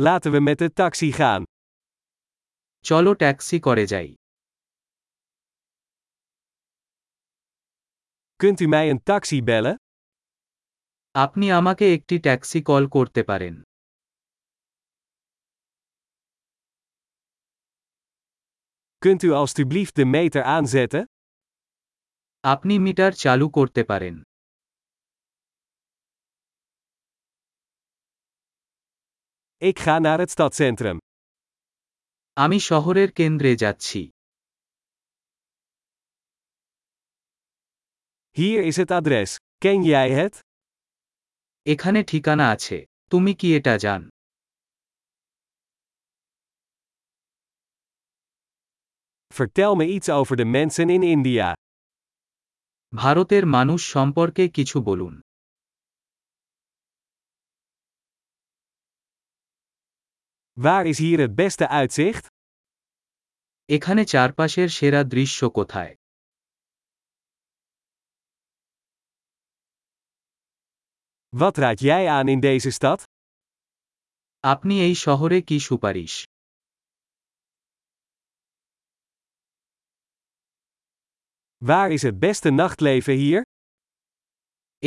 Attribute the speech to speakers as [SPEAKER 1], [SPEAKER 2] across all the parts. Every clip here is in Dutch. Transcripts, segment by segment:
[SPEAKER 1] Laten we met de taxi gaan.
[SPEAKER 2] চলো taxi করে যাই
[SPEAKER 1] Kunt u mij een taxi bellen?
[SPEAKER 2] আপনি আমাকে একটি ট্যাক্সি কল করতে পারেন
[SPEAKER 1] Kunt u alstublieft de meter aanzetten?
[SPEAKER 2] আপনি মিটার চালু করতে পারেন
[SPEAKER 1] Ik ga naar het stadcentrum.
[SPEAKER 2] আমি শহরের কেন্দ্রে যাচ্ছি
[SPEAKER 1] Hier is het adres. Ken jij het?
[SPEAKER 2] এখানে ঠিকানা আছে তুমি কি এটা জান
[SPEAKER 1] Vertel me iets over de mensen in India.
[SPEAKER 2] ভারতের মানুষ সম্পর্কে কিছু বলুন
[SPEAKER 1] Waar is hier het beste uitzicht?
[SPEAKER 2] এখানে চারপাশের সেরা দৃশ্য কোথায়
[SPEAKER 1] Wat raad jij aan in deze stad?
[SPEAKER 2] আপনি এই শহরে কি সুপারিশ
[SPEAKER 1] Waar is het beste nachtleven hier?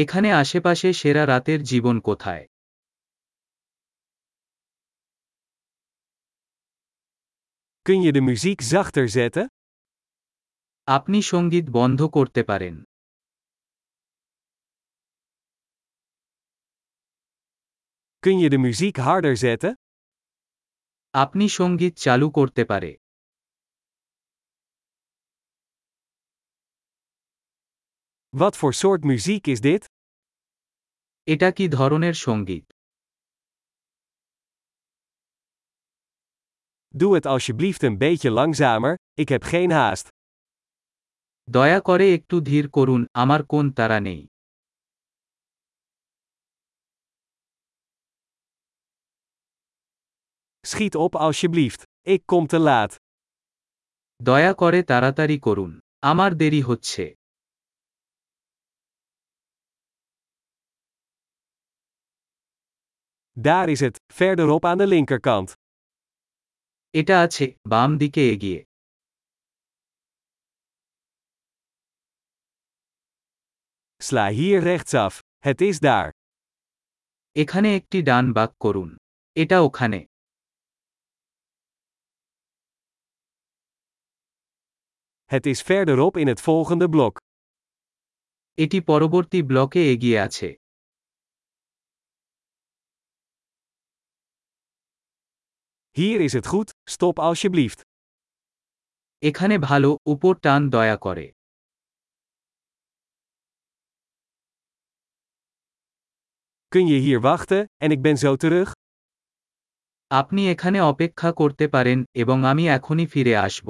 [SPEAKER 2] এখানে আশেপাশে সেরা রাতের জীবন কোথায়
[SPEAKER 1] Kun je de muziek zachter zetten?
[SPEAKER 2] আপনি সঙ্গীত বন্ধ করতে পারেন
[SPEAKER 1] Kun je de muziek harder zetten?
[SPEAKER 2] আপনি সঙ্গীত চালু করতে পারে
[SPEAKER 1] Wat voor soort muziek is dit?
[SPEAKER 2] এটা কি ধরনের সঙ্গীত
[SPEAKER 1] Doe het alsjeblieft een beetje langzamer, ik heb geen haast.
[SPEAKER 2] দয়া করে একটু ধীর করুন আমার কোন তারা নেই
[SPEAKER 1] Schiet op alsjeblieft, ik kom te laat.
[SPEAKER 2] দয়া করে তাড়াতাড়ি করুন আমার দেরি হচ্ছে
[SPEAKER 1] Daar is het, verderop aan de linkerkant.
[SPEAKER 2] এটা আছে বাম দিকে এগিয়ে
[SPEAKER 1] Sla hier rechtsaf, het is daar.
[SPEAKER 2] এখানে একটি ডান বাক করুন এটা ওখানে
[SPEAKER 1] Het is verderop in het volgende blok.
[SPEAKER 2] এটি পরবর্তী ব্লকে এগিয়ে আছে
[SPEAKER 1] Hier is het goed, stop alsjeblieft.
[SPEAKER 2] এখানে ভালো উপর টান দয়া করে
[SPEAKER 1] Kun je hier wachten, en ik ben zo terug?
[SPEAKER 2] আপনি এখানে অপেক্ষা করতে পারেন এবং আমি এখনই ফিরে আসব